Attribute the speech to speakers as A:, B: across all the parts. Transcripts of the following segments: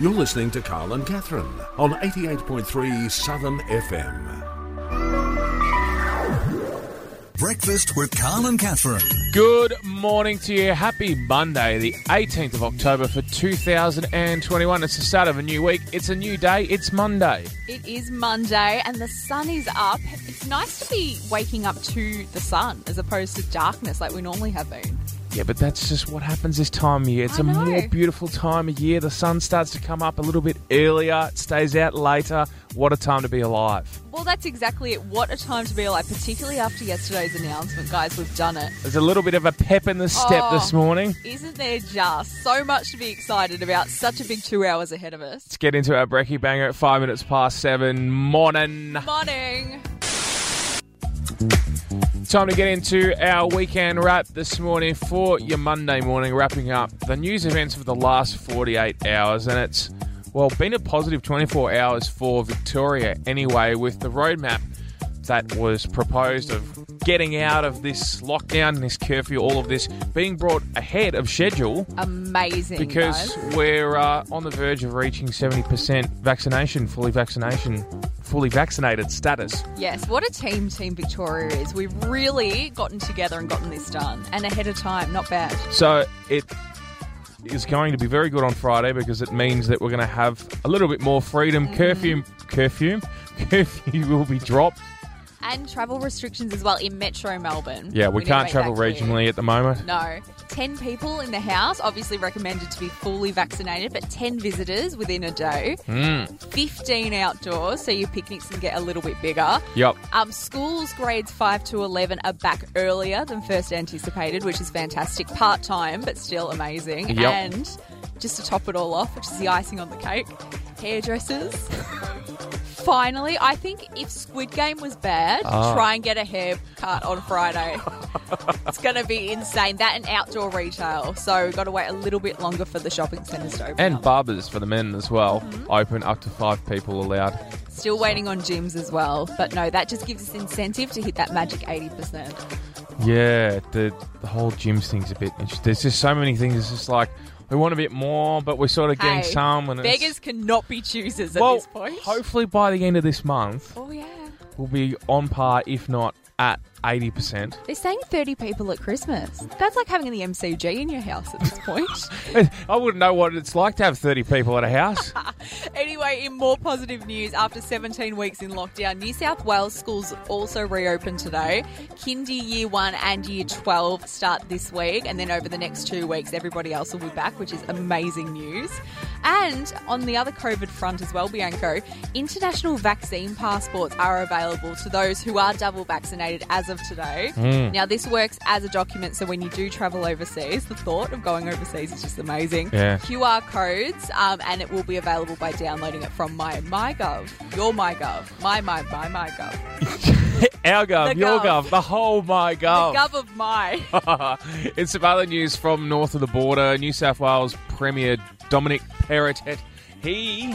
A: You're listening to Carl and Catherine on 88.3 Southern FM.
B: Breakfast with Carl and Catherine.
C: Good morning to you. Happy Monday, the 18th of October for 2021. It's the start of a new week. It's a new day. It's Monday.
D: It is Monday and the sun is up. It's nice to be waking up to the sun as opposed to darkness like we normally have been.
C: Yeah, but that's just what happens this time of year. It's
D: I
C: a
D: know.
C: more beautiful time of year. The sun starts to come up a little bit earlier, it stays out later. What a time to be alive.
D: Well, that's exactly it. What a time to be alive, particularly after yesterday's announcement, guys. We've done it.
C: There's a little bit of a pep in the step
D: Oh.
C: this morning.
D: Isn't there just so much to be excited about? Such a big two hours ahead of us.
C: Let's get into our brekkie banger at five minutes past seven. Morning.
D: Morning.
C: Time to get into our weekend wrap this morning for your Monday morning, wrapping up the news events for the last 48 hours. And it's, well, been a positive 24 hours for Victoria anyway, with the roadmap that was proposed of getting out of this lockdown, this curfew, all of this being brought ahead of schedule
D: Amazing.
C: because
D: guys.
C: we're uh, on the verge of reaching 70% vaccination, fully vaccination, fully vaccinated status.
D: Yes, what a team Team Victoria is. We've really gotten together and gotten this done. And ahead of time, not bad.
C: So it is going to be very good on Friday because it means that we're going to have a little bit more freedom.
D: Mm-hmm.
C: Curfew, curfew, curfew will be dropped.
D: And travel restrictions as well in Metro Melbourne.
C: Yeah, we,
D: need to
C: can't
D: make
C: travel
D: that clear.
C: regionally at the moment.
D: No. 10 people in the house, obviously recommended to be fully vaccinated, but 10 visitors within a day. 15 outdoors, so your picnics can get a little bit bigger.
C: Yep.
D: Um, schools grades 5 to 11 are back earlier than first anticipated, which is fantastic. Part time, but still amazing.
C: Yep.
D: And just to top it all off, which is the icing on the cake, hairdressers. Finally, I think if Squid Game was bad,
C: Ah.
D: try and get a haircut on Friday. it's going to be insane. That and outdoor retail. So we've got to wait a little bit longer for the shopping centres to open.
C: And
D: up.
C: barbers for the men as well.
D: Mm-hmm.
C: Open up to five people allowed.
D: Still waiting on gyms as well. But no, that just gives us incentive to hit that magic 80%.
C: Yeah, the, the whole gyms thing's a bit interesting. There's just so many things. It's just like we want a bit more, but we're sort of getting
D: Hey,
C: some. And it's-
D: Beggars cannot be choosers at
C: well,
D: this point.
C: hopefully by the end of this month,
D: oh, yeah.
C: we'll be on par, if not at eighty percent.
D: They're saying 30 people at Christmas. That's like having the MCG in your house at this point.
C: I wouldn't know what it's like to have 30 people at a house.
D: Anyway, in more positive news, after 17 weeks in lockdown, New South Wales schools also reopen today. Kindy Year 1 and Year 12 start this week, and then over the next two weeks, everybody else will be back, which is amazing news. And on the other COVID front as well, Bianco, international vaccine passports are available to those who are double vaccinated as of today. Now, this works as a document, so when you do travel overseas, the thought of going overseas is just amazing.
C: Yeah.
D: QR codes, um, and it will be available by downloading it from my MyGov, your MyGov, my my my MyGov,
C: Our gov,
D: The
C: your
D: gov.
C: gov, the whole my
D: the
C: gov.
D: gov of my.
C: Oh. it's some other news from north of the border. New South Wales Premier Dominic Perrottet, he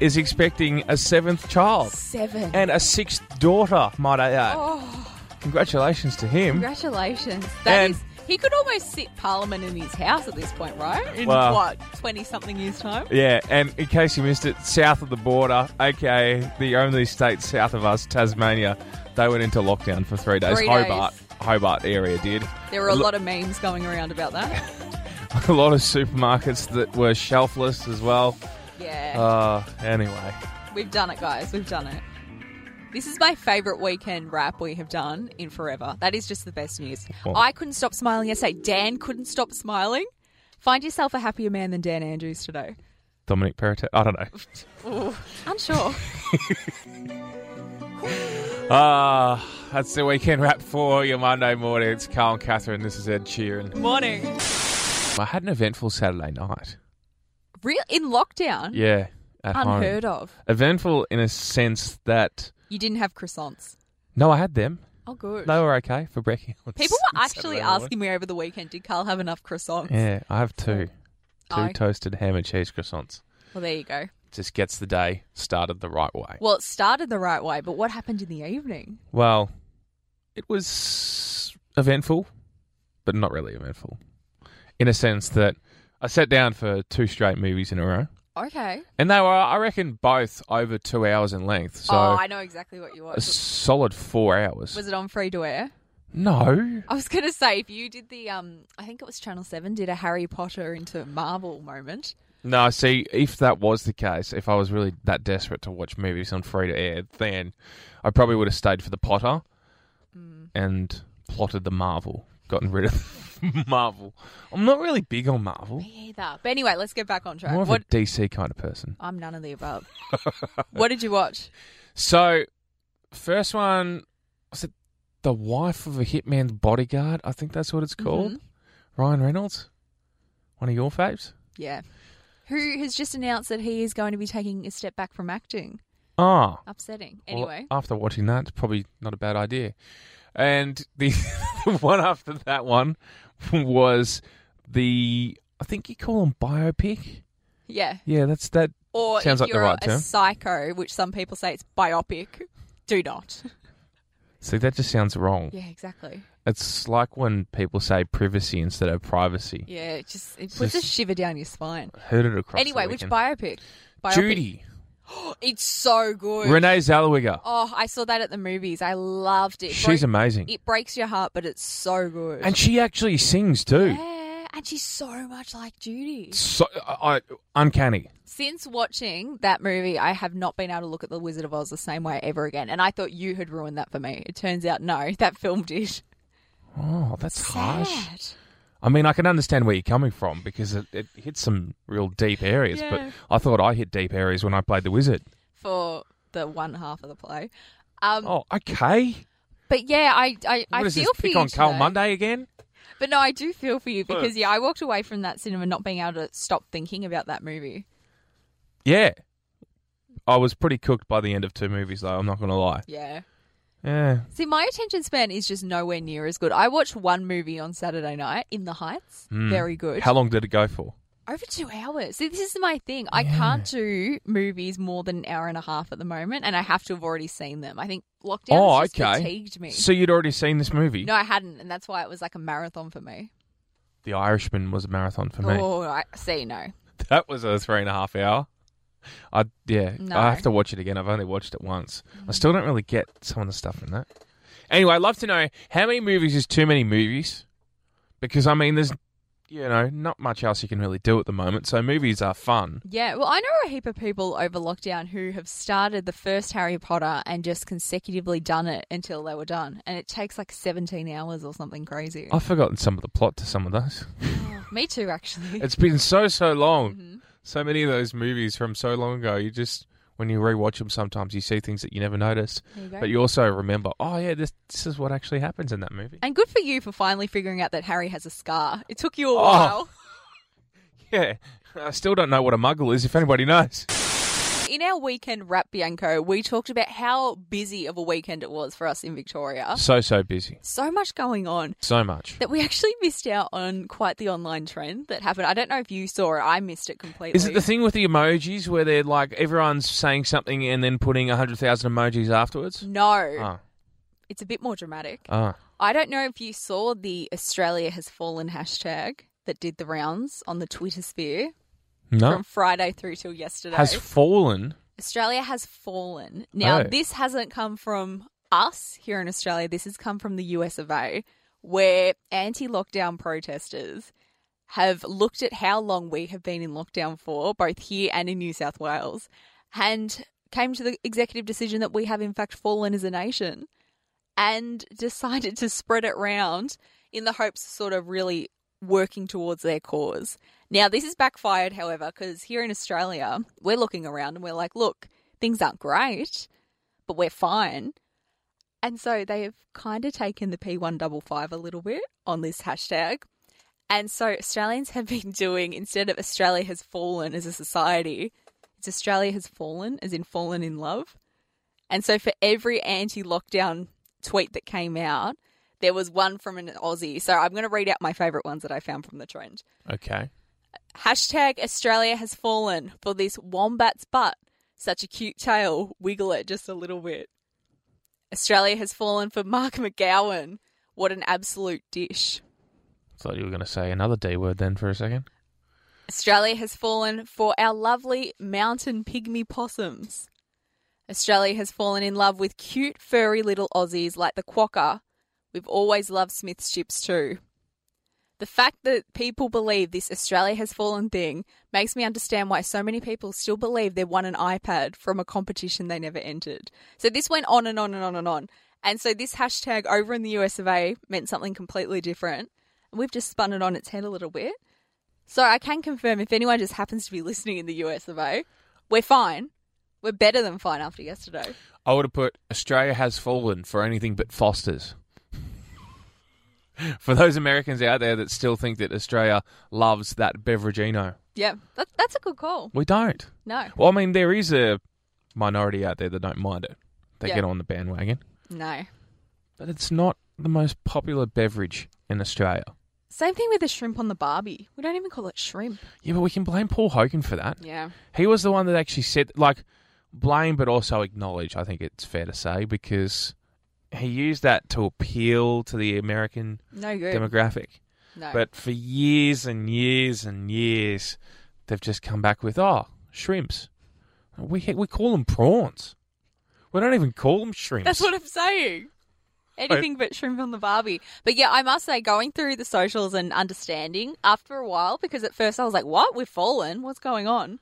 C: is expecting a seventh child
D: Seven.
C: and a sixth daughter, might I add.
D: Oh,
C: Congratulations to him.
D: congratulations! That
C: And-
D: is, he could almost sit Parliament in his house at this point, right? In
C: Wow.
D: what twenty something years time?
C: Yeah, and in case you missed it, south of the border, aka the only state south of us, Tasmania, they went into lockdown for three days.
D: Three days.
C: Hobart, Hobart area did.
D: There were a
C: Lo-
D: lot of memes going around about that.
C: a lot of supermarkets that were shelfless as well.
D: Yeah.
C: Uh, anyway,
D: We've done it, guys. We've done it. This is my favourite weekend wrap we have done in forever. That is just the best news.
C: What?
D: I couldn't stop smiling yesterday. Dan couldn't stop smiling. Find yourself a happier man than Dan Andrews today.
C: Dominic Perrottet, I don't know.
D: Ooh, unsure.
C: Ah, that's the weekend wrap for your Monday morning. It's Carl and Catherine. This is Ed Sheeran.
D: Morning.
C: I had an eventful Saturday night.
D: Real in lockdown.
C: Yeah, at
D: Unheard
C: home.
D: of.
C: Eventful in a sense that
D: You didn't have croissants.
C: no, I had them.
D: Oh, good.
C: They were okay for breaking. on
D: People were actually
C: Saturday morning.
D: asking me over the weekend, did Carl have enough croissants?
C: Yeah, I have two, two
D: Oh.
C: toasted ham and cheese croissants.
D: Well, there you go.
C: Just gets the day started the right way.
D: Well, it started the right way, but what happened in the evening?
C: Well, it was eventful, but not really eventful. In a sense that I sat down for two straight movies in a row.
D: Okay.
C: And they were, I reckon, both over two hours in length. So
D: oh, I know exactly what you
C: a
D: watched.
C: solid four hours.
D: Was it on free to air?
C: no.
D: I was going to say, if you did the, um, I think it was Channel 7 did a Harry Potter into Marvel moment.
C: No, see, if that was the case, if I was really that desperate to watch movies on free to air, then I probably would have stayed for the Potter
D: Mm.
C: and plotted the Marvel, gotten rid of Marvel. I'm not really big on Marvel.
D: Me either. But anyway, let's get back on track.
C: I'm more of
D: What?
C: a DC kind of person.
D: I'm none of the above. what did you watch?
C: So, first one was it the wife of a hitman's bodyguard? I think that's what it's
D: Mm-hmm.
C: called. Ryan Reynolds, one of your faves.
D: Yeah. Who has just announced that he is going to be taking a step back from acting?
C: Ah,
D: Upsetting.
C: Well,
D: Uh, Anyway.
C: after watching that, it's probably not a bad idea. And the, the one after that one was the I think you call them biopic.
D: yeah.
C: Yeah, that's that.
D: Or
C: Sounds
D: if
C: like the
D: you're
C: right
D: a
C: term.
D: psycho, which some people say it's biopic, do not.
C: See, that just sounds wrong.
D: Yeah, exactly.
C: It's like when people say privacy instead of privacy.
D: Yeah, it just it
C: It's
D: puts a
C: just-
D: shiver down your spine.
C: Heard it across. the
D: anyway, which
C: weekend.
D: biopic? biopic? Oh,
C: Judy
D: It's so good.
C: Renee Zellweger.
D: oh, I saw that at the movies. I loved it. It
C: She's
D: broke-
C: amazing,
D: It breaks your heart, but it's so good.
C: and she actually sings too.
D: yeah, and she's so much like Judy.
C: So I, I, uncanny.
D: Since watching that movie, I have not been able to look at The Wizard of Oz the same way ever again. And I thought you had ruined that for me. It turns out, no, that film did.
C: Oh, that's harsh.
D: Sad.
C: I mean, I can understand where you're coming from because it, it hits some real deep areas.
D: Yeah.
C: But I thought I hit deep areas when I played the wizard.
D: For the one half of the play. Um,
C: Oh, okay.
D: But yeah, I, I, I
C: What is
D: feel
C: this
D: for
C: pick
D: you.
C: on Carl
D: today.
C: Monday again?
D: But no, I do feel for you because, yeah, I walked away from that cinema not being able to stop thinking about that movie.
C: Yeah. I was pretty cooked by the end of two movies, though. I'm not going to lie.
D: Yeah.
C: Yeah.
D: See, my attention span is just nowhere near as good. I watched one movie on Saturday night, In the Heights. Very good.
C: Hmm. How long did it go for?
D: Over two hours. See, this is my thing. I can't do movies more than an hour and a half at the moment, and I have to have already seen them. I think lockdown
C: oh,
D: has just
C: okay.
D: fatigued me.
C: So you'd already seen this movie?
D: no, I hadn't, and that's why it was like a marathon for me.
C: The Irishman was a marathon for me.
D: Oh, I see. No,
C: That was a three and a half hour. I yeah.
D: No. Mm.
C: I have to watch it again. I've only watched it once. I still don't really get some of the stuff in that. Anyway, I'd love to know how many movies is too many movies? Because I mean, there's you know not much else you can really do at the moment. So movies are fun.
D: Yeah, well, I know a heap of people over lockdown who have started the first Harry Potter and just consecutively done it until they were done. And it takes like 17 hours or something crazy.
C: I've forgotten some of the plot to some of those.
D: Me too, actually.
C: It's been so so long.
D: Mm-hmm.
C: So many of those movies from so long ago. You just when you rewatch them, sometimes you see things that you never noticed.
D: There you go.
C: But you also remember, oh yeah, this this is what actually happens in that movie.
D: And good for you for finally figuring out that Harry has a scar. It took you
C: Oh.
D: a while.
C: Yeah, I still don't know what a muggle is, if anybody knows.
D: In our weekend wrap, Bianco, we talked about how busy of a weekend it was for us in Victoria.
C: So, so busy.
D: So much going on
C: So much.
D: that we actually missed out on quite the online trend that happened. I don't know if you saw it. I missed it completely.
C: Is it the thing with the emojis where they're like, everyone's saying something and then putting 100,000 emojis afterwards?
D: No.
C: Ah,
D: It's a bit more dramatic.
C: ah.
D: I don't know if you saw the Australia has fallen hashtag that did the rounds on the Twitter sphere
C: No.
D: from Friday through till yesterday.
C: Has fallen.
D: Australia has fallen.
C: Oh.
D: Now, this hasn't come from us here in Australia. This has come from the US of A, where anti lockdown protesters have looked at how long we have been in lockdown for, both here and in New South Wales, and came to the executive decision that we have, in fact, fallen as a nation and decided to spread it round in the hopes of sort of really working towards their cause. Now, this is backfired, however, because here in Australia, we're looking around and we're like, look, things aren't great, but we're fine. And so they have kind of taken the P155 a little bit on this hashtag. And so Australians have been doing, instead of Australia has fallen as a society, it's Australia has fallen, as in fallen in love. And so for every anti lockdown tweet that came out, there was one from an Aussie. So I'm going to read out my favourite ones that I found from the trend.
C: Okay.
D: Hashtag Australia has fallen for this wombat's butt. Such a cute tail. Wiggle it just a little bit. Australia has fallen for Mark McGowan. What an absolute dish.
C: Thought you were going to say another D word then for a second.
D: Australia has fallen for our lovely mountain pygmy possums. Australia has fallen in love with cute, furry little Aussies like the quokka. We've always loved Smith's chips too. The fact that people believe this Australia has fallen thing makes me understand why so many people still believe they won an iPad from a competition they never entered. So this went on and on and on and on. And so this hashtag over in the US of A meant something completely different. And we've just spun it on its head a little bit. So I can confirm if anyone just happens to be listening in the US of A, we're fine. We're better than fine after yesterday.
C: I would have put Australia has fallen for anything but Foster's. for those Americans out there that still think that Australia loves that beverageino,
D: Yeah, that, that's a good call.
C: we don't.
D: No,
C: Well, I mean, there is a minority out there that don't mind it. They
D: Yeah.
C: get on the bandwagon,
D: no.
C: but it's not the most popular beverage in Australia.
D: Same thing with the shrimp on the Barbie. We don't even call it shrimp.
C: Yeah, but we can blame Paul Hogan for that.
D: Yeah.
C: He was the one that actually said, like, blame but also acknowledge, I think it's fair to say, because he used that to appeal to the American
D: No good.
C: demographic.
D: no.
C: But for years and years and years, they've just come back with, oh, shrimps. We, we call them prawns. We don't even call them shrimps.
D: That's what I'm saying. Anything but shrimp on the Barbie. But yeah, I must say, going through the socials and understanding after a while, because at first I was like, what? We've fallen. What's going on?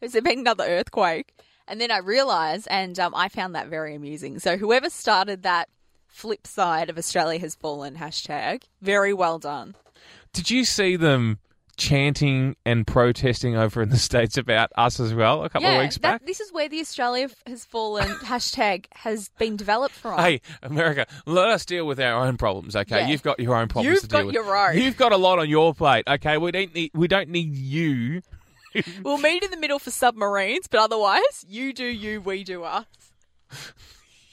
D: Has there been another earthquake? And then I realised, and um, I found that very amusing. So whoever started that flip side of Australia has fallen hashtag, very well done.
C: Did you see them chanting and protesting over in the States about us as well a couple
D: yeah,
C: of weeks
D: that-
C: back?
D: this is where the Australia has fallen hashtag has been developed from.
C: Hey, America, let us deal with our own problems, okay?
D: Yeah.
C: You've got your own problems
D: You've
C: to deal
D: got
C: with.
D: your own.
C: You've got a lot on your plate, okay? We don't need we don't need you.
D: We'll meet in the middle for submarines, but otherwise, you do you, we do us.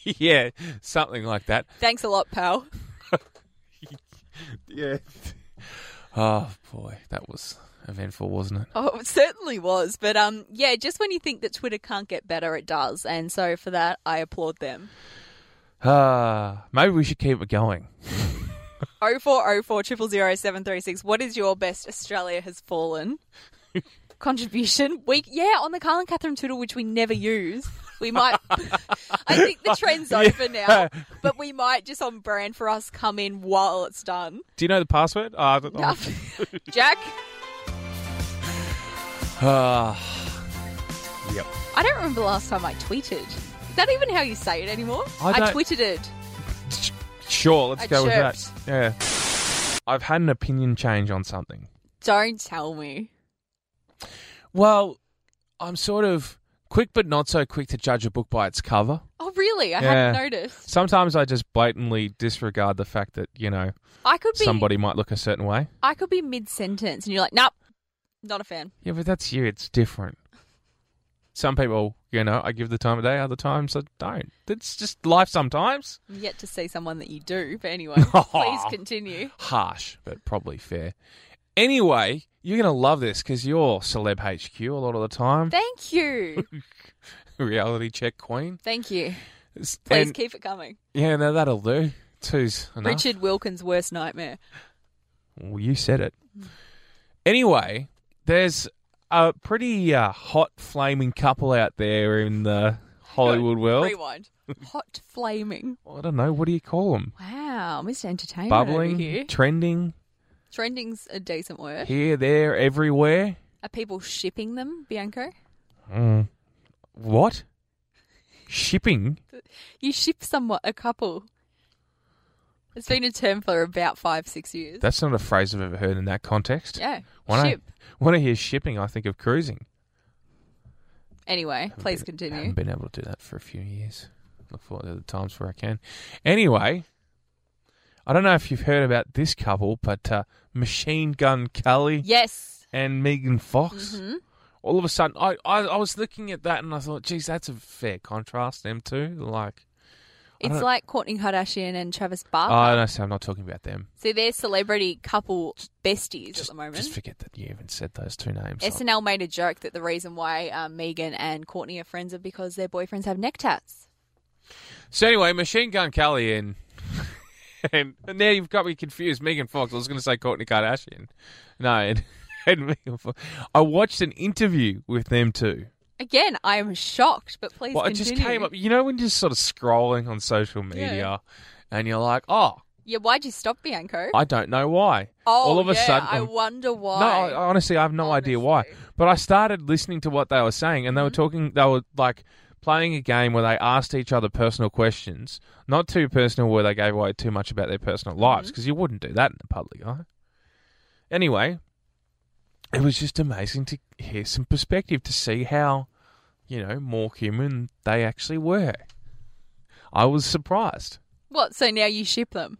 C: yeah, something like that.
D: Thanks a lot, pal.
C: Yeah. Oh boy, that was eventful, wasn't it?
D: Oh, it certainly was. But um, yeah, just when you think that Twitter can't get better, it does. And so for that, I applaud them.
C: Ah, maybe we should keep it going.
D: 0404 000 736, what is your best Australia has fallen contribution? We, yeah, on the Carl and Catherine Twitter, which we never use. We might, I think the trend's over now, but we might just on brand for us come in while it's done.
C: Do you know the password? Ah, I don't know.
D: Jack,
C: Ah, yep.
D: I don't remember the last time I tweeted. Is that even how you say it anymore?
C: I don't-
D: tweeted it.
C: Sure, let's
D: I
C: go
D: chirped.
C: with that. Yeah. I've had an opinion change on something.
D: Don't tell me.
C: Well, I'm sort of quick but not so quick to judge a book by its cover.
D: Oh, really? I
C: Yeah.
D: hadn't noticed.
C: Sometimes I just blatantly disregard the fact that, you know,
D: I could be
C: somebody might look a certain way.
D: I could be mid sentence, and you're like, nope, not a fan.
C: Yeah, but that's you. It's different. Some people, you know, I give the time of day, other times I don't. It's just life sometimes.
D: I'm yet to see someone that you do, but anyway, please continue.
C: Harsh, but probably fair. Anyway, you're going to love this because you're Celeb HQ a lot of the time.
D: Thank you,
C: Reality check queen.
D: thank you.
C: It's-
D: Please
C: and-
D: keep it coming.
C: Yeah, no, that'll do. Two's enough.
D: Richard Wilkins' worst nightmare.
C: Well, you said it. Anyway, there's a pretty uh, hot flaming couple out there in the Hollywood world.
D: Rewind. Hot flaming.
C: I don't know. What do you call them?
D: Wow, Mr. Entertainment over here.
C: Bubbling, trending,
D: Trending's a decent word.
C: here, there, everywhere.
D: Are people shipping them, Bianco?
C: Mm. What? Shipping?
D: You ship someone, a couple. It's been a term for about five, six years.
C: That's not a phrase I've ever heard in that context.
D: yeah,
C: When
D: ship.
C: I, when I hear shipping, I think of cruising.
D: Anyway, please
C: I
D: continue.
C: haven't been able to do that for a few years. Look forward to the times where I can. Anyway, I don't know if you've heard about this couple, but uh, Machine Gun Kelly
D: Yes.
C: and Megan Fox.
D: mm-hmm.
C: All of a sudden, I, I I was looking at that and I thought, geez, that's a fair contrast. Them two, like, I
D: It's
C: don't-
D: like Courtney Kardashian and Travis Barker.
C: oh no, so I'm not talking about them.
D: so they're celebrity couple besties
C: Just,
D: at the moment.
C: just forget that you even said those two names.
D: SNL made a joke that the reason why um, Megan and Courtney are friends are because their boyfriends have neck tats.
C: So anyway, Machine Gun Kelly and and and now you've got me confused. Megan Fox. I was going to say Courtney Kardashian. No, and had me. off. I watched an interview with them too.
D: Again, I am shocked, but please
C: Well, it
D: continue.
C: just came up. You know, when you're just sort of scrolling on social media,
D: Yeah.
C: and you're like, "Oh,
D: Yeah, why'd you stop, Bianco?
C: I don't know why."
D: oh,
C: All of a
D: yeah,
C: sudden,
D: I
C: I'm-
D: wonder why.
C: no, I, I honestly, I have no idea why.
D: Honestly. Mm-hmm.
C: But I started listening to what they were saying, and they were talking. They were like playing a game where they asked each other personal questions, not too personal, where they gave away too much about their personal
D: Mm-hmm.
C: lives, because you wouldn't do that in the public eye. Anyway, it was just amazing to hear some perspective to see how, you know, more human they actually were. I was surprised.
D: What? So now you ship them?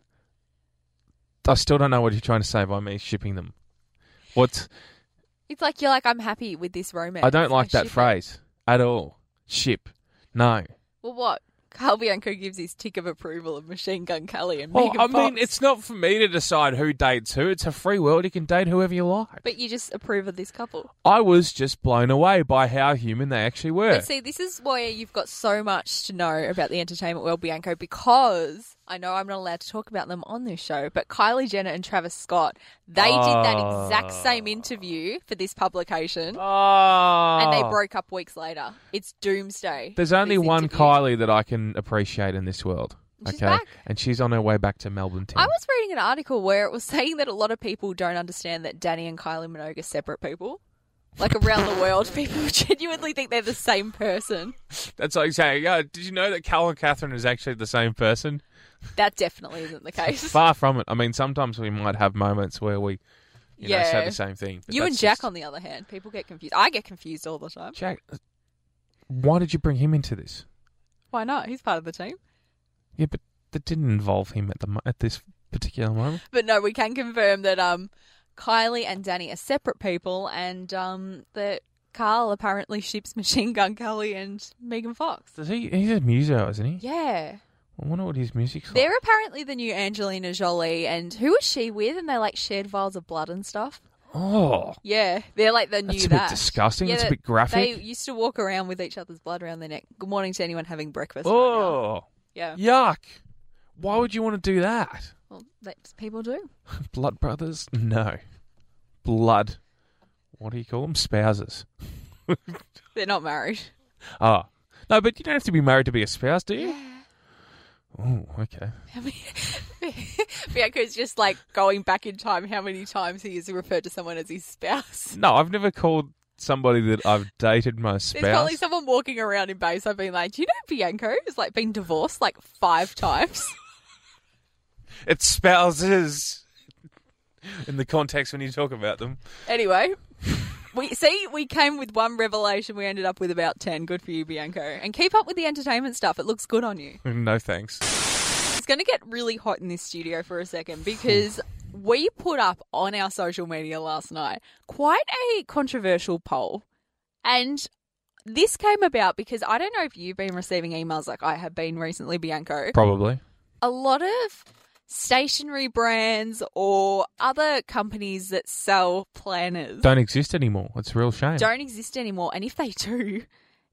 C: I still don't know what you're trying to say by me shipping them. What?
D: It's like you're like I'm happy with this romance.
C: I don't like that
D: ship it.
C: phrase at all. Ship. No.
D: Well, what? Carl Bianco gives his tick of approval of Machine Gun Kelly and
C: Well,
D: Megan
C: I mean,
D: Fox.
C: it's not for me to decide who dates who. It's a free world. You can date whoever you like.
D: But you just approve of this couple.
C: I was just blown away by how human they actually were.
D: But see, this is why you've got so much to know about the entertainment world, Bianco, because I know I'm not allowed to talk about them on this show, but Kylie Jenner and Travis Scott, they did that exact
C: Ah.
D: same interview for this publication.
C: Oh.
D: And they broke up weeks later. It's doomsday.
C: There's only
D: these
C: one
D: interviews.
C: Kylie that I can appreciate in this world.
D: She's
C: okay.
D: back.
C: And she's on her way back to Melbourne town.
D: I was reading an article where it was saying that a lot of people don't understand that Danny and Kylie Minogue are separate people. Like around the world, people genuinely think they're the same person.
C: That's like saying, yeah, did you know that Cal and Catherine is actually the same person?
D: That definitely isn't the case.
C: Far from it. I mean, sometimes we might have moments where we you know, say
D: Yeah.
C: the same thing. but
D: You and
C: that's
D: Jack,
C: just-
D: on the other hand, people get confused. I get confused all the time.
C: Jack, why did you bring him into this?
D: Why not? He's part of the team.
C: Yeah, but that didn't involve him at the mo- at this particular moment.
D: But no, we can confirm that um, Kylie and Danny are separate people, and um, that Carl apparently ships Machine Gun Kelly and Megan Fox.
C: Does he? He's a muso, isn't he?
D: Yeah,
C: I wonder what his music's like.
D: they're apparently the new Angelina Jolie, and who was she with? And they like shared vials of blood and stuff.
C: Oh,
D: Yeah, they're like the new.
C: That's a bit
D: that.
C: disgusting.
D: Yeah,
C: That's a
D: that-
C: bit graphic.
D: They used to walk around with each other's blood around their neck. Good morning to anyone having breakfast. right now.
C: oh,
D: yeah.
C: yuck! Why would you want to do that?
D: Well, that's people do.
C: Blood brothers? No, blood. What do you call them? Spouses.
D: They're not married.
C: Ah, no, but you don't have to be married to be a spouse, do you? Oh, okay.
D: I mean, Bianca's just like going back in time how many times he has referred to someone as his spouse.
C: No, I've never called somebody that I've dated my
D: There's probably
C: spouse.
D: someone walking around in base. I've been like, do you know Bianca has like been divorced like five times?
C: It's spouses. In the context when you talk about them.
D: anyway, we see we came with one revelation. We ended up with about ten. Good for you, Bianco. And keep up with the entertainment stuff. It looks good on you.
C: No thanks.
D: It's going to get really hot in this studio for a second because we put up on our social media last night quite a controversial poll. And this came about because I don't know if you've been receiving emails like I have been recently, Bianco.
C: Probably.
D: A lot of stationary brands or other companies that sell planners
C: Don't exist anymore. It's a real shame.
D: don't exist anymore. And if they do,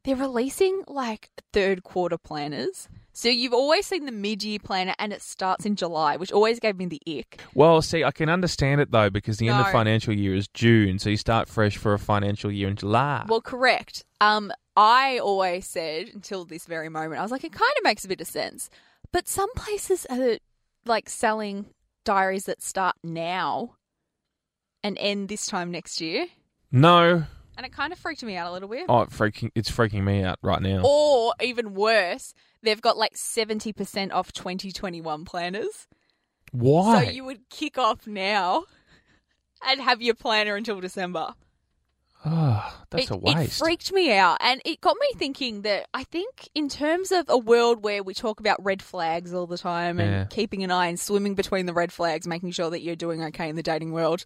D: they're releasing like third quarter planners. So you've always seen the mid year planner and it starts in July, which always gave me the ick.
C: Well, see, I can understand it though because the end
D: No.
C: of financial year is June, so you start fresh for a financial year in July.
D: Well, correct. Um, I always said until this very moment, I was like, it kind of makes a bit of sense. But some places are like selling diaries that start now and end this time next year.
C: no,
D: And it kind of freaked me out a little bit.
C: oh, it freaking, it's freaking me out right now.
D: Or even worse, they've got like 70% off 2021 planners.
C: Why?
D: So you would kick off now and have your planner until December.
C: Ah, that's
D: it,
C: a waste.
D: It freaked me out and it got me thinking that I think in terms of a world where we talk about red flags all the time and
C: Yeah.
D: keeping an eye and swimming between the red flags, making sure that you're doing okay in the dating world,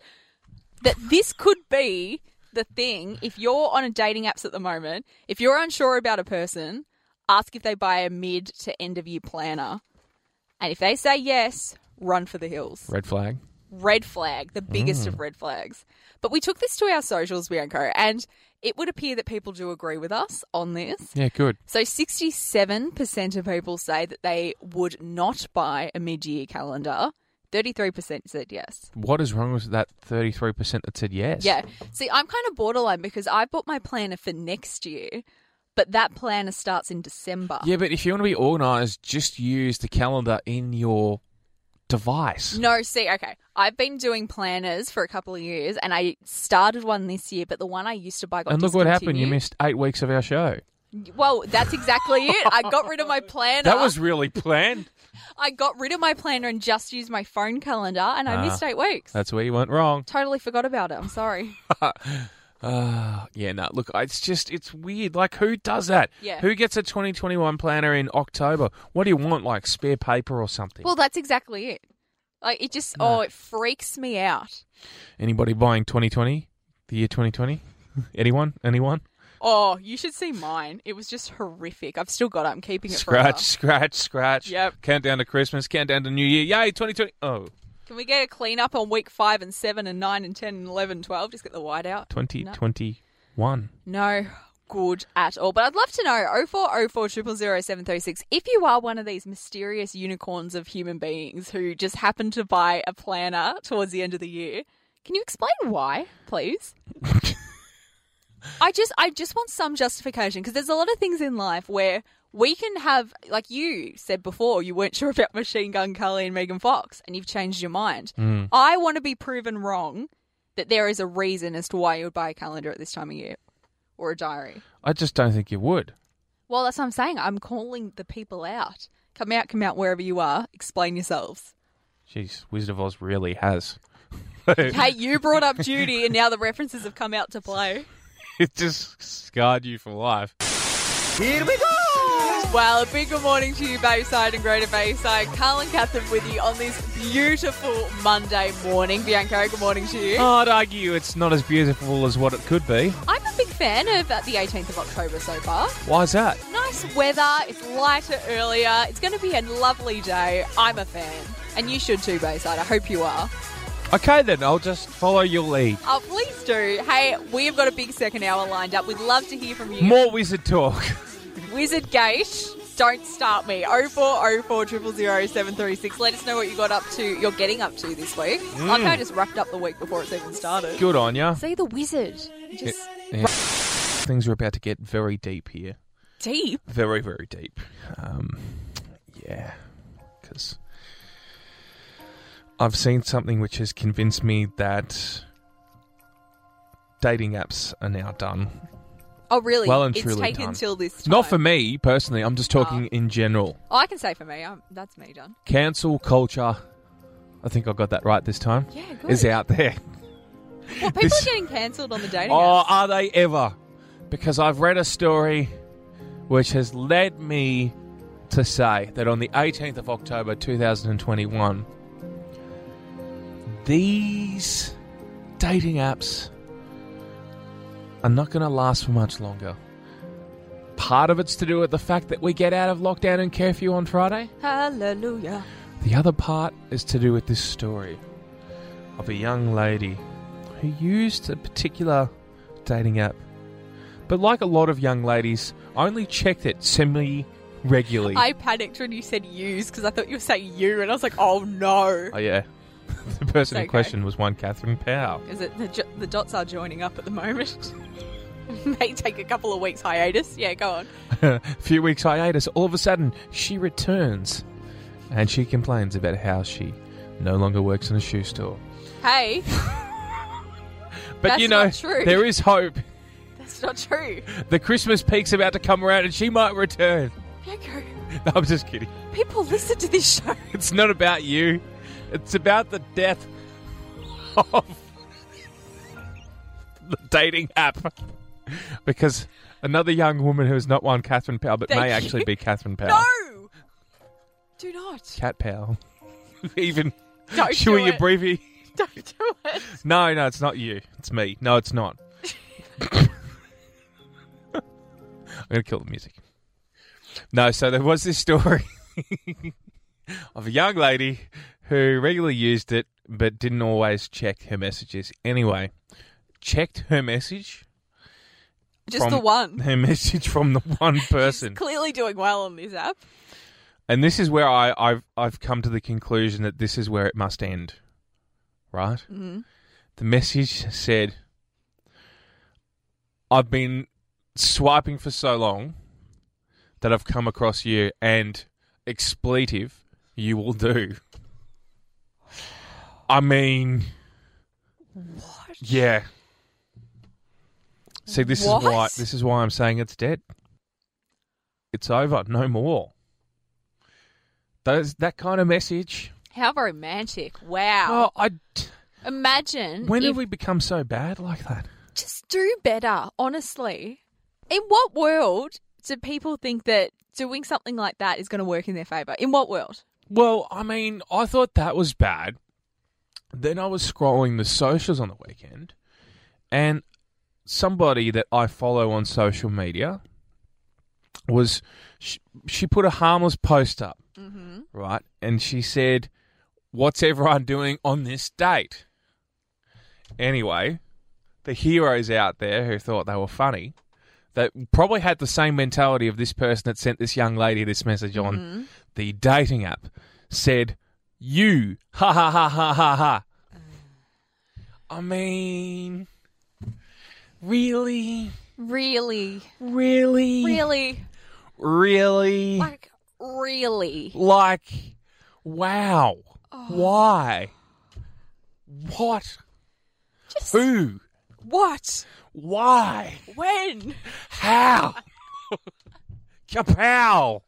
D: that this could be the thing if you're on a dating apps at the moment, if you're unsure about a person, ask if they buy a mid to end of year planner. And if they say yes, run for the hills
C: Red flag.
D: red flag, the biggest
C: Mm.
D: of red flags. But we took this to our socials, Bianco, and it would appear that people do agree with us on this.
C: Yeah, good.
D: So 67% of people say that they would not buy a mid year calendar 33% said yes.
C: What is wrong with that 33% that said yes?
D: Yeah. See, I'm kind of borderline because I bought my planner for next year, but that planner starts in December.
C: Yeah, but if you want to be organised, just use the calendar in your device.
D: No, see, okay. I've been doing planners for a couple of years and I started one this year, but the one I used to buy got
C: and look what happened. You
D: discontinued.
C: missed eight weeks of our show.
D: Well, that's exactly it. I got rid of my planner.
C: That was really planned.
D: I got rid of my planner and just used my phone calendar and I
C: Ah.
D: missed 8 weeks.
C: That's where you went wrong.
D: Totally forgot about it. I'm sorry.
C: Uh, yeah, no, look, it's just, it's weird. Like, who does that?
D: Yeah.
C: Who gets a 2021 planner in October? What do you want? Like, spare paper or something?
D: Well, that's exactly it. Like it just oh, it freaks me out.
C: Anybody buying 2020? The year 2020? Anyone? Anyone?
D: Oh, you should see mine. It was just horrific. I've still got it. I'm keeping it
C: Scratch,
D: forever.
C: scratch, scratch.
D: Yep.
C: Countdown to Christmas, countdown to New Year. Yay, 2020. Oh,
D: Can we get a clean up on week 5 and 7 and 9 and 10 and 11 12? Just get the white out.
C: 2021.
D: No good at all. But I'd love to know 0404 736 if you are one of these mysterious unicorns of human beings who just happen to buy a planner towards the end of the year. Can you explain why, please? I just I just want some justification because there's a lot of things in life where we can have like you said before you weren't sure about Machine Gun Kelly and Megan Fox and you've changed your mind. I want to be proven wrong that there is a reason as to why you would buy a calendar at this time of year or a diary.
C: I just don't think you would.
D: Well, that's what I'm saying. I'm calling the people out. Come out, come out wherever you are. Explain yourselves.
C: Jeez, Wizard of Oz really has.
D: hey, you brought up Judy, and now the references have come out to play.
C: It just scarred you for life.
B: Here we go!
D: Well, a big good morning to you, Bayside and Greater Bayside. Carl and Catherine with you on this beautiful Monday morning. Bianca, good morning to you.
C: I'd argue it's not as beautiful as what it could be.
D: I'm a big fan of uh, the 18th of October so far.
C: Why's that?
D: Nice weather, it's lighter earlier, it's going to be a lovely day. I'm a fan. And you should too, Bayside. I hope you are.
C: Okay, then I'll just follow your lead.
D: Oh, please do. Hey, we have got a big second hour lined up. We'd love to hear from you.
C: More wizard talk.
D: Wizard Gate. Don't start me. 0404 736 Let us know what you got up to, you're getting up to this week.
C: Mm.
D: I think I just wrapped up the week before it's even started.
C: Good on ya.
D: See the wizard.
C: It-
D: Just
C: yeah. Things are about to get very deep here.
D: deep.
C: Very, very deep. Um, yeah, because I've seen something which has convinced me that dating apps are now done.
D: Oh, really?
C: Well and
D: it's
C: truly
D: taken
C: done.
D: till this time.
C: Not for me personally. I'm just talking in general.
D: Oh, I can say for me. I'm, that's me done.
C: Cancel culture. I think I got that right this time.
D: Yeah, good.
C: Is out there.
D: Well, people
C: this-
D: are getting cancelled on the dating
C: Oh,
D: apps.
C: are they ever? Because I've read a story which has led me to say that on the 18th of October 2021, these dating apps are not going to last for much longer. Part of it's to do with the fact that we get out of lockdown and curfew on Friday.
D: Hallelujah.
C: The other part is to do with this story of a young lady who used a particular dating app, but like a lot of young ladies, only checked it semi regularly.
D: I panicked when you said use because I thought you were saying you, and I was like, oh no.
C: Oh, yeah. the person in
D: Okay.
C: question was one Catherine Powell.
D: Is it the, jo- the dots are joining up at the moment? May take a couple of weeks hiatus. Yeah, go on.
C: a few weeks hiatus, all of a sudden, she returns and she complains about how she no longer works in a shoe store.
D: Hey,
C: But
D: That's
C: you know,
D: not true.
C: there is hope.
D: that's not true.
C: The Christmas peak's about to come around and she might return.
D: Bianca,
C: No, I'm just kidding.
D: people listen to this show.
C: It's not about you. It's about the death of the dating app. Because another young woman who is not one Catherine Powell, but
D: Thank
C: may
D: you.
C: actually be Catherine Powell.
D: No, do not.
C: Cat Powell. Even
D: Don't
C: should
D: do
C: we
D: it.
C: abbreviate?
D: Don't do it.
C: No, no, it's not you. It's me. No, it's not. I'm going to kill the music. No, so there was this story of a young lady who regularly used it but didn't always check her messages. Anyway, checked her message.
D: Just
C: from-
D: the one.
C: Her message from the one
D: She's
C: person.
D: clearly doing well on this app.
C: And this is where I, I've I've come to the conclusion that this is where it must end, right? Mm-hmm. The message said, "I've been swiping for so long that I've come across you, and expletive you will do." I mean, what? Yeah. See, this is
D: What?
C: why this is why I'm saying it's dead. It's over. No more. Those that kind of message.
D: How romantic. Wow.
C: Oh, I.
D: Imagine
C: When
D: if
C: have we become so bad like that?
D: just do better, honestly. In what world do people think that doing something like that is going to work in their favor? In what world?
C: Well, I mean, I thought that was bad. Then I was scrolling the socials on the weekend, and somebody that I follow on social media was she, she put a harmless post up, mm-hmm. right? And she said, "What's everyone doing on this date?" Anyway, the heroes out there who thought they were funny that probably had the same mentality of this person that sent this young lady this message on the dating app said, You, ha ha ha ha ha ha. Uh. I mean, really?
D: Really? E.
C: Really?
D: Really?
C: Really? Like,
D: Like, really?
C: wow. Why? What?
D: Just
C: Who?
D: what?
C: Why?
D: When?
C: How? Kapow!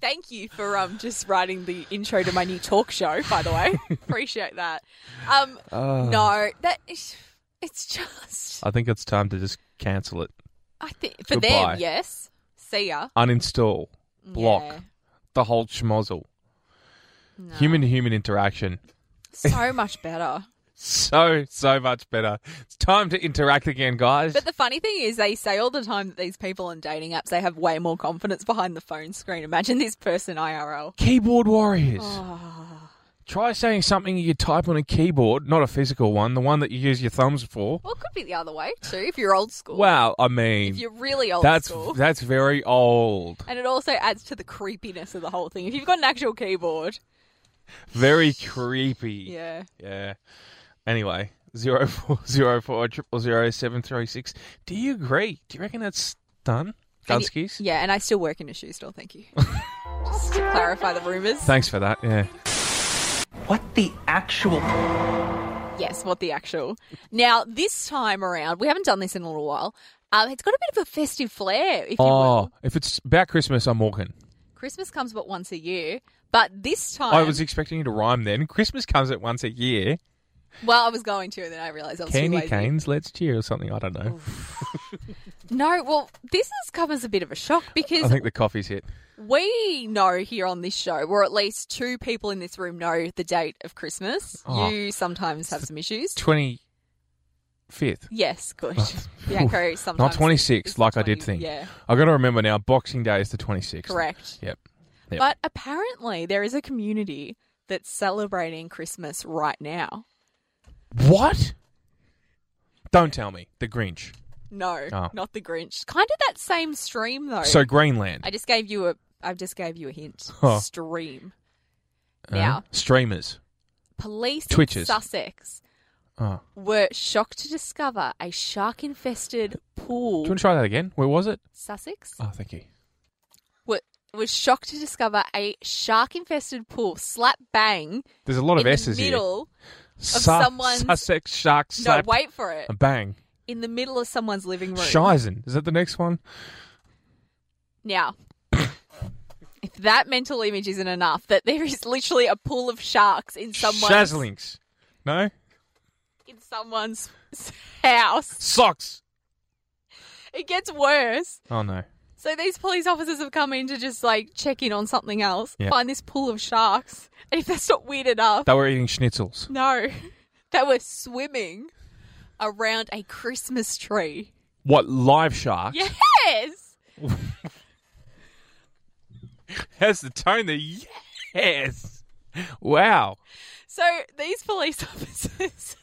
D: Thank you for um just writing the intro to my new talk show, by the way. Appreciate that. Um no, that is it's just
C: I think it's time to just cancel it.
D: I think for
C: Goodbye.
D: them, yes. See ya.
C: Uninstall. Block.
D: Yeah.
C: The whole schmozzle. Human to human interaction.
D: So much better.
C: so so much better. It's time to interact again, guys.
D: But the funny thing is, they say all the time that these people on dating apps they have way more confidence behind the phone screen. Imagine this person IRL.
C: Keyboard warriors.
D: Ah.
C: Try saying something you type on a keyboard, not a physical one, the one that you use your thumbs for.
D: Well, it could be the other way too if you're old school.
C: Wow, I
D: if
C: mean,
D: you're really old
C: that's
D: school.
C: that's very old,
D: and it also adds to the creepiness of the whole thing. If you've got an actual keyboard,
C: very creepy.
D: yeah.
C: Yeah. Anyway, zero four zero four triple zero seven three six. Do you agree? Do you reckon that's done?
D: And y-
C: Dunskies.
D: Yeah, and I still work in a shoe store. Thank you. Just to clarify the rumors.
C: Thanks for that. Yeah.
B: What the actual?
D: Yes, what the actual. Now, this time around, we haven't done this in a little while. Um, it's got a bit of a festive flair, if you
C: Oh,
D: will.
C: if it's about Christmas, I'm walking.
D: Christmas comes but once a year, but this time
C: I was expecting you to rhyme then. Christmas comes at once a year.
D: Well, I was going to, and then I realised I was too
C: Candy
D: lazy.
C: canes, let's cheer or something. I don't know.
D: No, well, this has come as a bit of a shock
C: I
D: because
C: think the coffee's hit.
D: we know here on this show, or at least two people in this room know the date of Christmas.
C: Oh.
D: You sometimes have some issues.
C: Twenty fifth.
D: Yes, good. Bianco sometimes.
C: Not twenty
D: it's
C: sixth,
D: the
C: like I did
D: 20
C: think.
D: Yeah,
C: I gotta remember now, Boxing Day is the twenty sixth.
D: correct.
C: Yep. Yep.
D: But apparently, there is a community that's celebrating Christmas right now.
C: What? Don't tell me. The Grinch.
D: No,
C: Oh.
D: not the Grinch. Kind of that same stream though.
C: So Greenland.
D: I just gave you a. I just gave you a hint.
C: Huh.
D: Stream.
C: Uh,
D: now.
C: streamers.
D: Police in
C: Twitches.
D: Sussex
C: Oh.
D: were shocked to discover a shark-infested
C: Do
D: pool.
C: you want to try that again? Where was it?
D: Sussex
C: Oh, thank you.
D: were, was shocked to discover a shark-infested pool slap bang
C: There's a lot of
D: in
C: S's
D: the middle.
C: here. Su-
D: someone's-
C: Sussex shark
D: No,
C: slapped
D: wait for it.
C: a bang.
D: In the middle of someone's living room.
C: Shizen. Is that the next one?
D: Now, if that mental image isn't enough, that there is literally a pool of sharks in someone's
C: Shazlinks. No?
D: in someone's house,
C: Socks.
D: it gets worse.
C: Oh no.
D: So these police officers have come in to just like check in on something else,
C: Yeah.
D: find this pool of sharks, and if that's not weird enough,
C: They were eating schnitzels.
D: no, they were swimming around a Christmas tree.
C: What live shark?
D: Yes,
C: Has the tone there. Yes. Wow.
D: so these police officers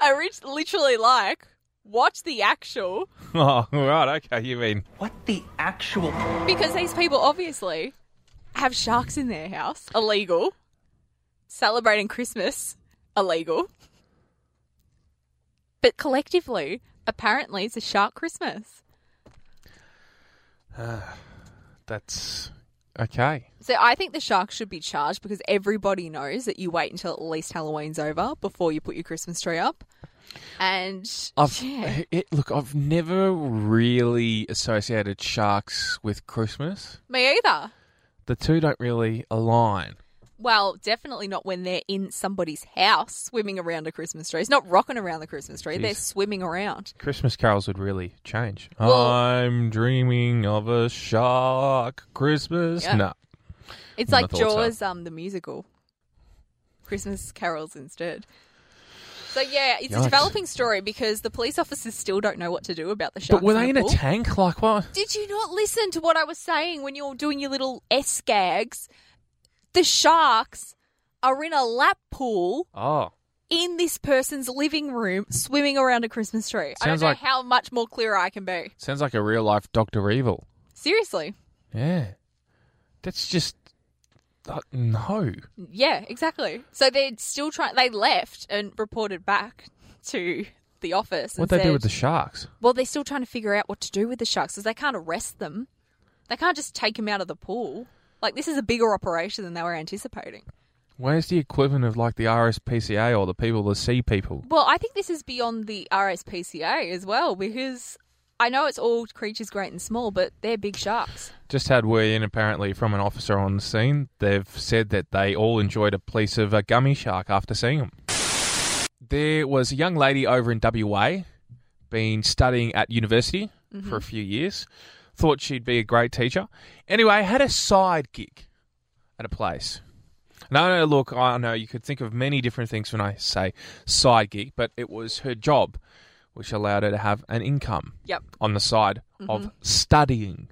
D: are rich- literally like, "Watch the actual,"
C: Oh, right. Okay. You mean
B: What the actual?
D: because these people obviously have sharks in their house. Illegal. Celebrating Christmas. Illegal. But collectively, apparently, it's a shark Christmas.
C: That's okay.
D: So I think the sharks should be charged because everybody knows that you wait until at least Halloween's over before you put your Christmas tree up. And
C: I've
D: yeah.
C: it, look. I've never really associated sharks with Christmas.
D: me either.
C: The two don't really align.
D: Well, definitely not when they're in somebody's house swimming around a Christmas tree. It's not rocking around the Christmas tree, they're
C: Jeez.
D: swimming around.
C: Christmas carols would really change.
D: Well-
C: I'm dreaming of a shark Christmas.
D: Yeah.
C: No.
D: It's
C: I
D: like
C: thought so.
D: Jaws, um, the musical. Christmas carols instead. So yeah, it's a
C: Yikes.
D: developing story because the police officers still don't know what to do about the sharks.
C: But were they
D: in
C: in
D: the
C: a
D: pool.
C: tank? Like what?
D: Did you not listen to what I was saying when you were doing your little S gags? The sharks are in a lap pool
C: Oh,
D: in this person's living room swimming around a Christmas tree. I don't
C: Sounds
D: know
C: like-
D: how much more clear I can be.
C: sounds like a real life Doctor Evil.
D: Seriously.
C: Yeah. That's just uh, no.
D: Yeah, exactly. So they're still trying they left and reported back to the office.
C: What
D: and
C: they do
D: said-
C: with the sharks?
D: Well, they're still trying to figure out what to do with the sharks because they can't arrest them. They can't just take them out of the pool. Like this is a bigger operation than they were anticipating.
C: Where's the equivalent of like the RSPCA or the people, the sea people?
D: Well, I think this is beyond the RSPCA as well because I know it's all creatures great and small, but they're big sharks.
C: Just had word in apparently from an officer on the scene. They've said that they all enjoyed a piece of a gummy shark after seeing them. There was a young lady over in WA, been studying at university for a few years. Thought she'd be a great teacher. Anyway, had a side gig at a place. No, no, look, I know you could think of many different things when I say side gig, but it was her job which allowed her to have an income
D: Yep.
C: on the side
D: Mm-hmm.
C: of studying.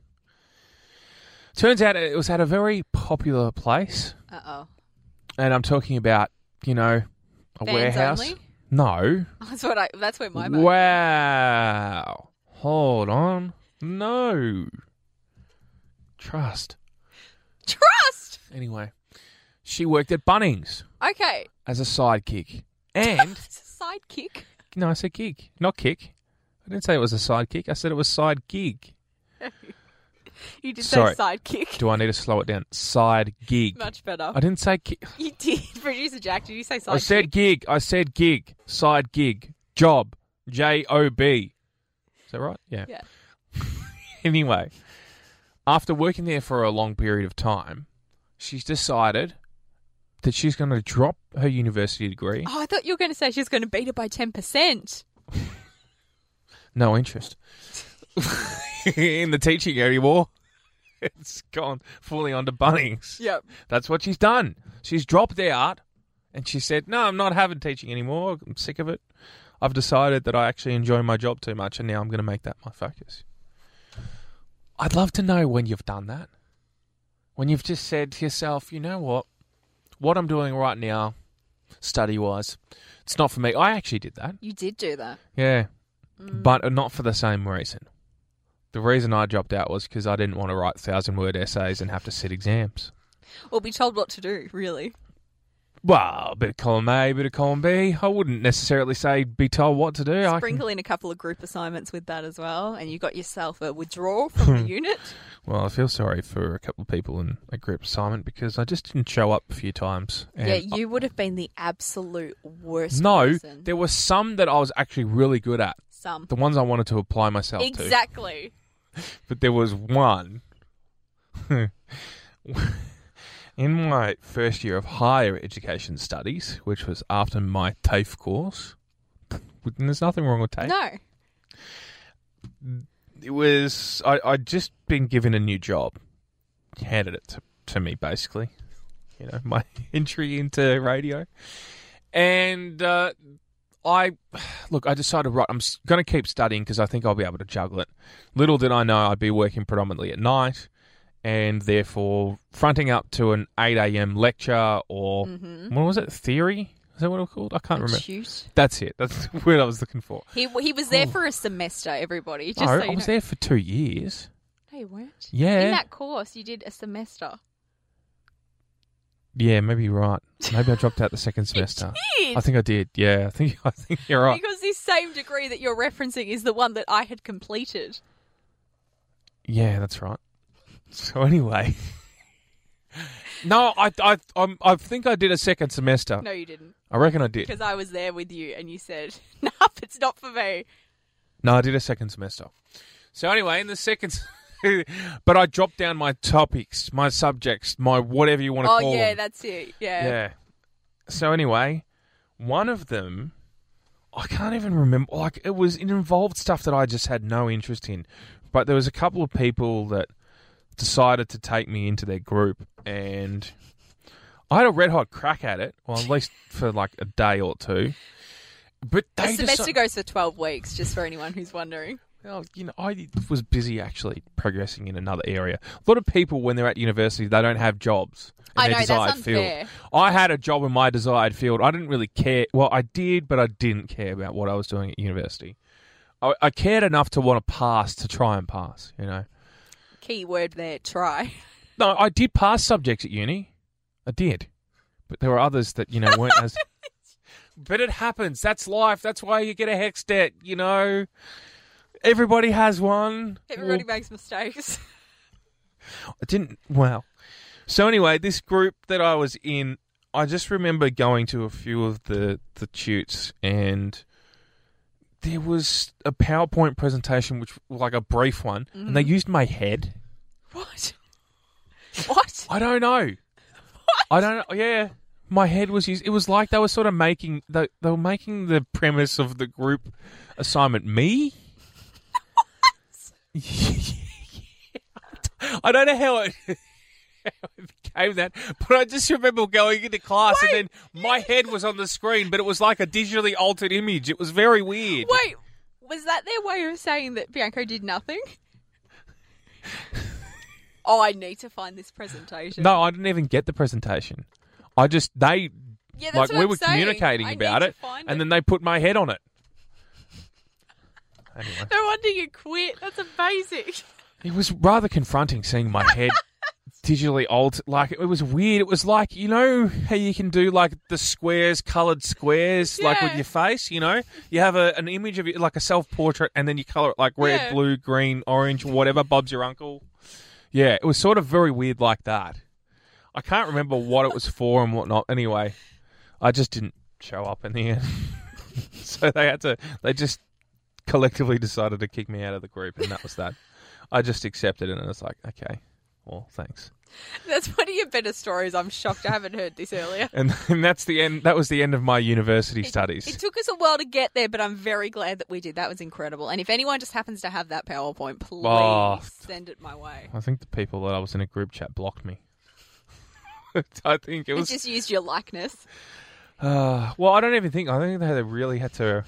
C: Turns out it was at a very popular place,
D: Uh oh.
C: and I'm talking about, you know, a
D: Vans
C: warehouse.
D: only?
C: No.
D: That's what I. That's where my mind.
C: Wow. Hold on. No. Trust.
D: Trust.
C: Anyway, she worked at Bunnings
D: Okay.
C: as a sidekick. And
D: It's a sidekick.
C: no, I said gig, not kick. I didn't say it was a sidekick. I said it was side gig.
D: You did
C: Sorry.
D: say sidekick.
C: Do I need to slow it down? Side gig.
D: Much better.
C: I didn't say kick.
D: You did, producer Jack. Did you say sidekick?
C: I said gig. I said gig. Side gig. Job. J O B. Is that right? Yeah.
D: Yeah.
C: anyway, after working there for a long period of time, she's decided that she's going to drop her university degree.
D: Oh, I thought you were going to say she was going to beat it by ten percent.
C: No interest in the teaching anymore. It's gone fully onto Bunnings.
D: Yep.
C: That's what she's done. She's dropped out and she said, No, I'm not having teaching anymore. I'm sick of it. I've decided that I actually enjoy my job too much and now I'm going to make that my focus. I'd love to know when you've done that. When you've just said to yourself, You know what? What I'm doing right now, study wise, it's not for me. I actually did that.
D: You did do that.
C: Yeah. But not for the same reason. The reason I dropped out was because I didn't want to write thousand word essays and have to sit exams.
D: Or be told what to do. Really.
C: Well, a bit of column A, a bit of column B. I wouldn't necessarily say be told what to do. I can-
D: Sprinkle in a couple of group assignments with that as well, and you got yourself a withdrawal from the unit.
C: well, I feel sorry for a couple of people in a group assignment because I just didn't show up a few times. And
D: Yeah, you would have been the absolute worst.
C: no,
D: person.
C: there were some that I was actually really good at.
D: some
C: The ones I wanted to apply myself to.
D: exactly.
C: But there was one in my first year of higher education studies, which was after my TAFE course. There's nothing wrong with TAFE.
D: No,
C: it was I, I'd just been given a new job, handed it to, to me basically, you know, my entry into radio, and uh, I look, I decided right, I'm going to keep studying because I think I'll be able to juggle it. Little did I know I'd be working predominantly at night, and therefore fronting up to an eight a.m. lecture or
D: Mm-hmm.
C: what was it theory? Is that what it was called? I can't remember.
D: shoot.
C: That's it. That's the word I was looking for.
D: He he was there for a semester. Everybody, just
C: Oh. no,
D: so you
C: I was
D: know.
C: there for two years.
D: No, you weren't.
C: Yeah.
D: In that course, you did a semester.
C: Yeah, maybe you're right. Maybe I dropped out the second semester.
D: did.
C: I think I did. Yeah, I think I think you're right.
D: Because this same degree that you're referencing is the one that I had completed.
C: Yeah, that's right. So anyway, no, I I I'm, I think I did a second semester.
D: No, you didn't.
C: I reckon I did.
D: Because I was there with you and you said, nah, it's not for me.
C: No, I did a second semester. So anyway, in the second, s- but I dropped down my topics, my subjects, my whatever you want to
D: Oh,
C: call
D: yeah,
C: them.
D: that's it. Yeah.
C: yeah. So anyway, one of them, I can't even remember. Like it was it involved stuff that I just had no interest in, but there was a couple of people that decided to take me into their group, and I had a red hot crack at it. Well, at least for like a day or two. But
D: The
C: they
D: semester
C: deci-
D: goes for 12 weeks, just for anyone who's wondering.
C: well, you know, I was busy actually progressing in another area. A lot of people, when they're at university, they don't have jobs in
D: I
C: their
D: know, that's
C: desired
D: unfair.
C: field. I had a job in my desired field. I didn't really care. Well, I did, but I didn't care about what I was doing at university. I, I cared enough to want to pass to try and pass. You know,
D: Key word there, try.
C: no, I did pass subjects at uni. I did, but there were others that you know weren't as. But it happens. That's life. That's why you get a hex debt. You know, everybody has one. Well,
D: Everybody makes mistakes.
C: I didn't. Wow. So anyway, this group that I was in, I just remember going to a few of the the tutes, and there was a PowerPoint presentation, which like a brief one, and they used my head.
D: What? What?
C: I don't know. I don't. know. Yeah, my head was used. It was like they were sort of making they, they were making the premise of the group assignment me. I don't know how it, how it became that, but I just remember going into class and then my head was on the screen, but it was like a digitally altered image. It was very weird.
D: Wait, was that their way of saying that Bianco did nothing? oh, I need to find this presentation.
C: No, I didn't even get the presentation. I just they
D: yeah, that's
C: like
D: what
C: we
D: I'm
C: were
D: saying.
C: communicating
D: I
C: about
D: need
C: it,
D: to find
C: and then they put my head on it. Anyway,
D: no wonder you quit. That's amazing.
C: it was rather confronting seeing my head digitally altered. Like it was weird. It was like you know how you can do like the squares, coloured squares, like with
D: Yeah.
C: your face. You know, you have a, an image of your, like a self portrait, and then you colour it like red,
D: Yeah.
C: blue, green, orange, whatever. Bob's your uncle. Yeah, it was sort of very weird like that. I can't remember what it was for and whatnot. Anyway, I just didn't show up in the end. so they had to, they just collectively decided to kick me out of the group, and that was that. I just accepted it, and it's like, okay, well, thanks.
D: That's one of your better stories. I'm shocked I haven't heard this earlier.
C: And, and that's the end. That was the end of my university studies.
D: It took us a while to get there, but I'm very glad that we did. That was incredible. And if anyone just happens to have that PowerPoint, please
C: Oh.
D: send it my way.
C: I think the people that I was in a group chat blocked me. I think it
D: It
C: was.
D: just used your likeness.
C: uh, well, I don't even think. I don't think they had- really had to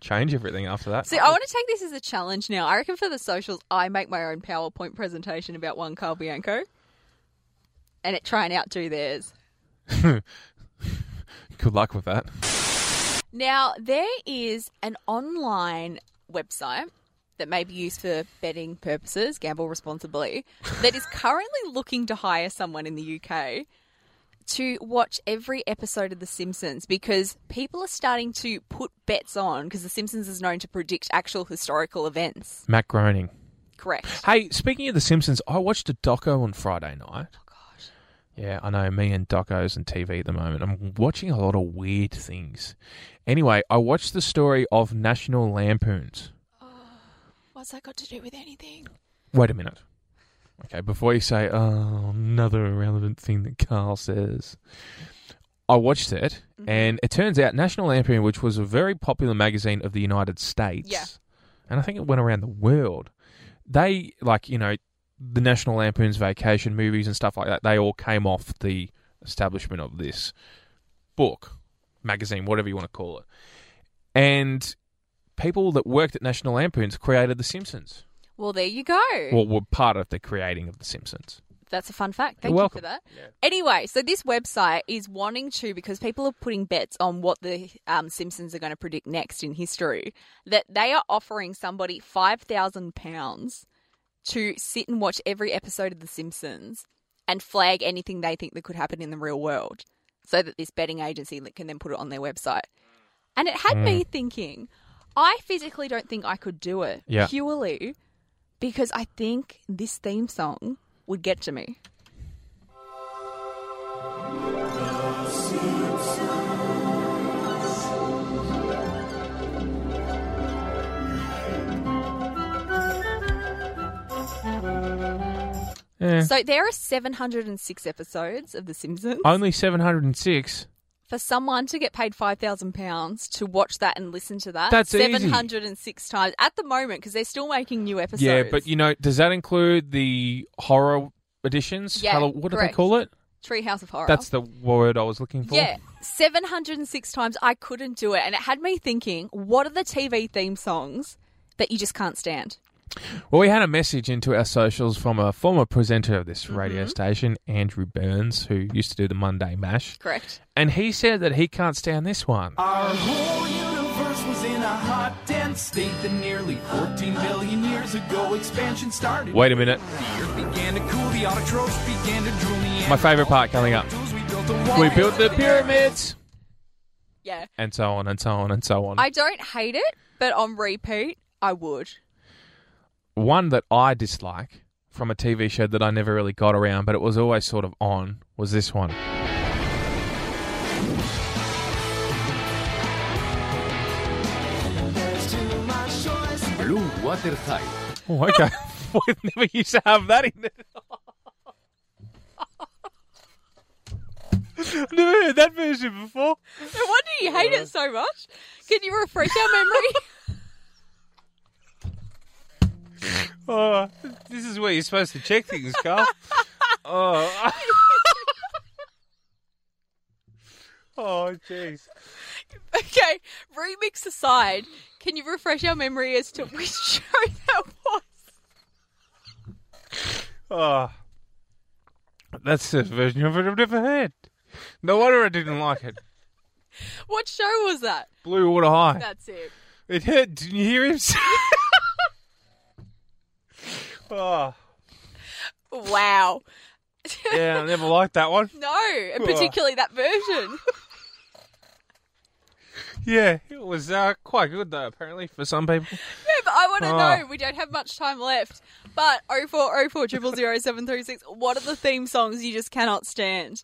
C: change everything after that.
D: See, I want to take this as a challenge now. I reckon for the socials, I make my own PowerPoint presentation about one Carl Bianco, and it try and outdo theirs.
C: Good luck with that.
D: Now there is an online website that may be used for betting purposes, gamble responsibly, that is currently looking to hire someone in the UK to watch every episode of The Simpsons because people are starting to put bets on because The Simpsons is known to predict actual historical events.
C: Matt Groening.
D: Correct.
C: Hey, speaking of The Simpsons, I watched a doco on Friday night.
D: Gosh.
C: Yeah, I know. Me and docos and TV at the moment. I'm watching a lot of weird things. Anyway, I watched the story of National Lampoons.
D: What's that got to do with anything?
C: Wait a minute. Okay, before you say, oh, another irrelevant thing that Carl says, I watched it, and it turns out National Lampoon, which was a very popular magazine of the United States,
D: Yeah.
C: and I think it went around the world, they, like, you know, the National Lampoon's vacation movies and stuff like that, they all came off the establishment of this book, magazine, whatever you want to call it. And people that worked at National Lampoon's created The Simpsons
D: Well, there you go.
C: well, were part of the creating of The Simpsons.
D: That's a fun fact. Thank
C: You're
D: you
C: welcome.
D: for that. Anyway, so this website is wanting to because people are putting bets on what the um, Simpsons are going to predict next in history. That they are offering somebody five thousand pounds to sit and watch every episode of The Simpsons, and flag anything they think that could happen in the real world so that this betting agency can then put it on their website. And it had
C: Mm.
D: me thinking, I physically don't think I could do it
C: Yeah.
D: purely because I think this theme song would get to me.
C: Yeah.
D: So there are 706 episodes of The Simpsons.
C: Only 706.
D: For someone to get paid £5,000 to watch that and listen to that
C: That's easy.
D: 706 times at the moment because they're still making new episodes.
C: Yeah, but you know, does that include the horror editions?
D: Yeah,
C: Hello- what do they
D: correct.
C: call it?
D: Treehouse of Horror.
C: That's the word I was looking for.
D: Yeah, 706 times I couldn't do it. And it had me thinking, what are the TV theme songs that you just can't stand?
C: Well, we had a message into our socials from a former presenter of
D: Mm-hmm.
C: this radio station, Andrew Burns, who used to do the Monday Mash,
D: Correct.
C: and he said that he can't stand this one.
E: Our whole universe was in a hot, dense state that nearly 14 billion years ago expansion started.
C: Wait a minute,
E: The earth began to cool, the autotrophs began to drool.
C: my favorite part coming up.
E: We built the wall.
C: We built the pyramids,
D: Yeah.
C: and so on and so on and so on.
D: I don't hate it, but on repeat, I would.
C: one that I dislike from a TV show that I never really got around, but it was always sort of on, was this one.
F: Blue Water High.
C: Oh, okay. we never used to have that in there. I've never heard that version before.
D: No wonder you hate it so much. Can you refresh our memory?
C: Oh, this is where you're supposed to check things, Carl. oh. oh, jeez.
D: okay, remix aside, can you refresh our memory as to which show that was?
C: Oh. That's the version of it I've never heard. No wonder I didn't like it.
D: What show was that?
C: Blue water high.
D: That's it.
C: It hurt. Didn't you hear him? say- oh,
D: Wow.
C: yeah, I never liked that one.
D: No, and particularly that version.
C: Yeah, it was uh, quite good though. Apparently, for some people.
D: Yeah, but I want to
C: Ah.
D: know. We don't have much time left. But 0404 0000736, what are the theme songs you just cannot stand?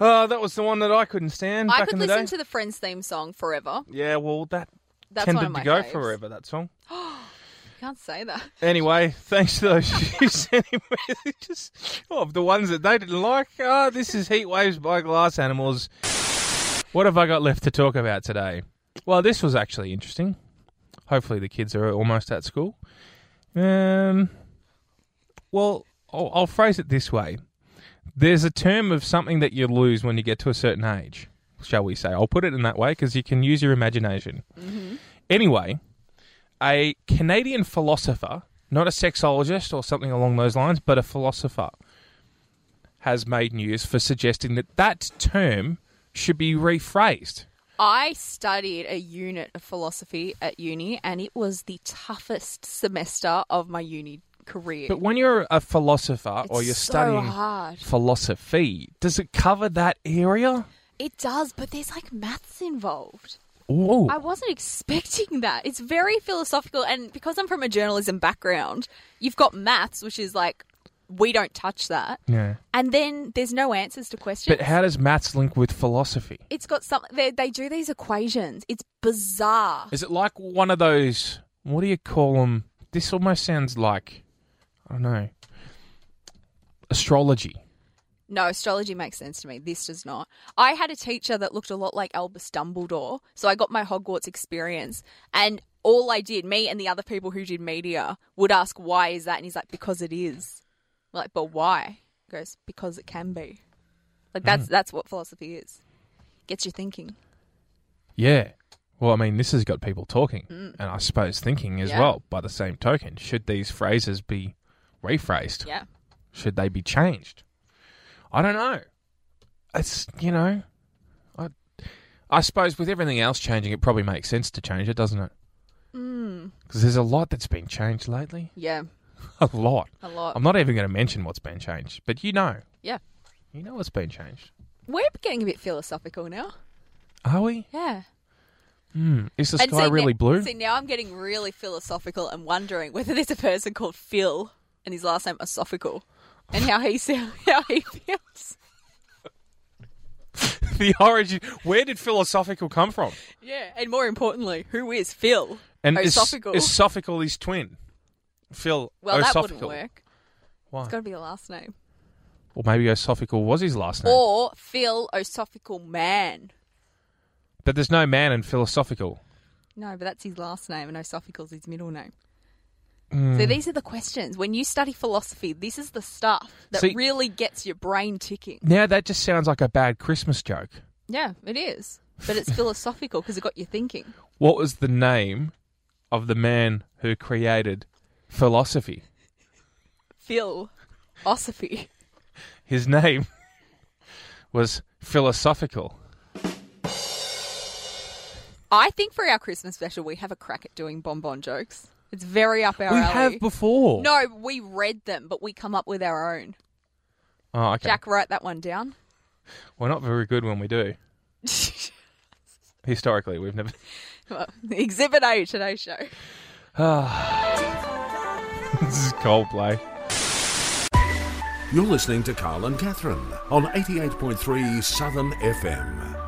C: Oh, that was the one that I couldn't stand
D: I
C: back in
D: could
C: the
D: listen
C: day.
D: to the Friends theme song forever.
C: yeah, well, that
D: That's
C: tended
D: one of my
C: to go
D: faves.
C: forever. That song.
D: Can't say that.
C: Anyway, thanks to those who sent in messages of the ones that they didn't like. Ah, this is Heat Waves by Glass Animals. What have I got left to talk about today? Well, this was actually interesting. Hopefully, the kids are almost at school. Um, well, I'll, I'll phrase it this way there's a term of something that you lose when you get to a certain age, shall we say. I'll put it in that way because you can use your imagination. Anyway, a Canadian philosopher, not a sexologist or something along those lines, but a philosopher, has made news for suggesting that that term should be rephrased.
D: I studied a unit of philosophy at uni, and it was the toughest semester of my uni career.
C: But when you're a philosopher or
D: It's
C: you're
D: so
C: studying
D: hard.
C: philosophy, does it cover that area?
D: It does, but there's like maths involved.
C: Ooh.
D: I wasn't expecting that. It's very philosophical, and because I'm from a journalism background, you've got maths, which is like we don't touch that,
C: yeah.
D: and then there's no answers to questions.
C: But how does maths link with philosophy?
D: it's got something. They, they do these equations. It's bizarre.
C: Is it like one of those? What do you call them? This almost sounds like I don't know astrology.
D: No, astrology makes sense to me. This does not. I had a teacher that looked a lot like Albus Dumbledore, so I got my Hogwarts experience. And all I did, me and the other people who did media, would ask, why is that? And he's like, because it is. I'm like, but why? He goes, because it can be. Like, that's, that's what philosophy is. Gets you thinking.
C: Yeah. Well, I mean, this has got people talking, and I suppose thinking as
D: Mm. Yeah.
C: well. By the same token, should these phrases be rephrased?
D: Yeah.
C: Should they be changed? I don't know. It's you know, I I suppose with everything else changing, it probably
D: Mm.
C: makes sense to change it, doesn't it? Because there's a lot that's been changed lately.
D: Yeah.
C: A lot.
D: A lot.
C: I'm not even going to mention what's been changed, but you know.
D: Yeah.
C: You know what's been changed.
D: We're getting a bit philosophical now.
C: Are we? Hmm.
D: Yeah.
C: Is the
D: And
C: sky
D: see,
C: really
D: now,
C: blue?
D: See, now I'm getting really philosophical and wondering whether there's a person called Phil and his last name Esophical and how he sound, how he feels.
C: the origin. Where did philosophical come from?
D: Yeah, and more importantly, who is Phil?
C: And is-
D: Esophical.
C: esophageal is twin. Phil.
D: well, that wouldn't
C: esophageal.
D: work.
C: Why?
D: It's got to be the last name.
C: Or maybe esophageal was his last name.
D: Or Phil Osophical Man.
C: But there's no man in philosophical.
D: No, but that's his last name, and Osophical's his middle name.
C: Hmm.
D: So these are the questions. When you study philosophy, this is the stuff that
C: See-
D: really gets your brain ticking.
C: Now that just sounds like a bad Christmas joke.
D: Yeah, it is. But it's philosophical because it got you thinking.
C: What was the name of the man who created philosophy?
D: Phil. Osophy.
C: His name was philosophical.
D: I think for our Christmas special, we have a crack at doing bonbon jokes. It's very up our
C: we
D: alley.
C: have before.
D: no, we read them, but we come up with our own.
C: Oh, okay.
D: Jack, write that one down.
C: We're not very good when we do. Historically, we've never.
D: Well, Exhibit A, today's show.
C: this is Coldplay.
A: You're listening to Carl and Catherine on 88.3 Southern FM.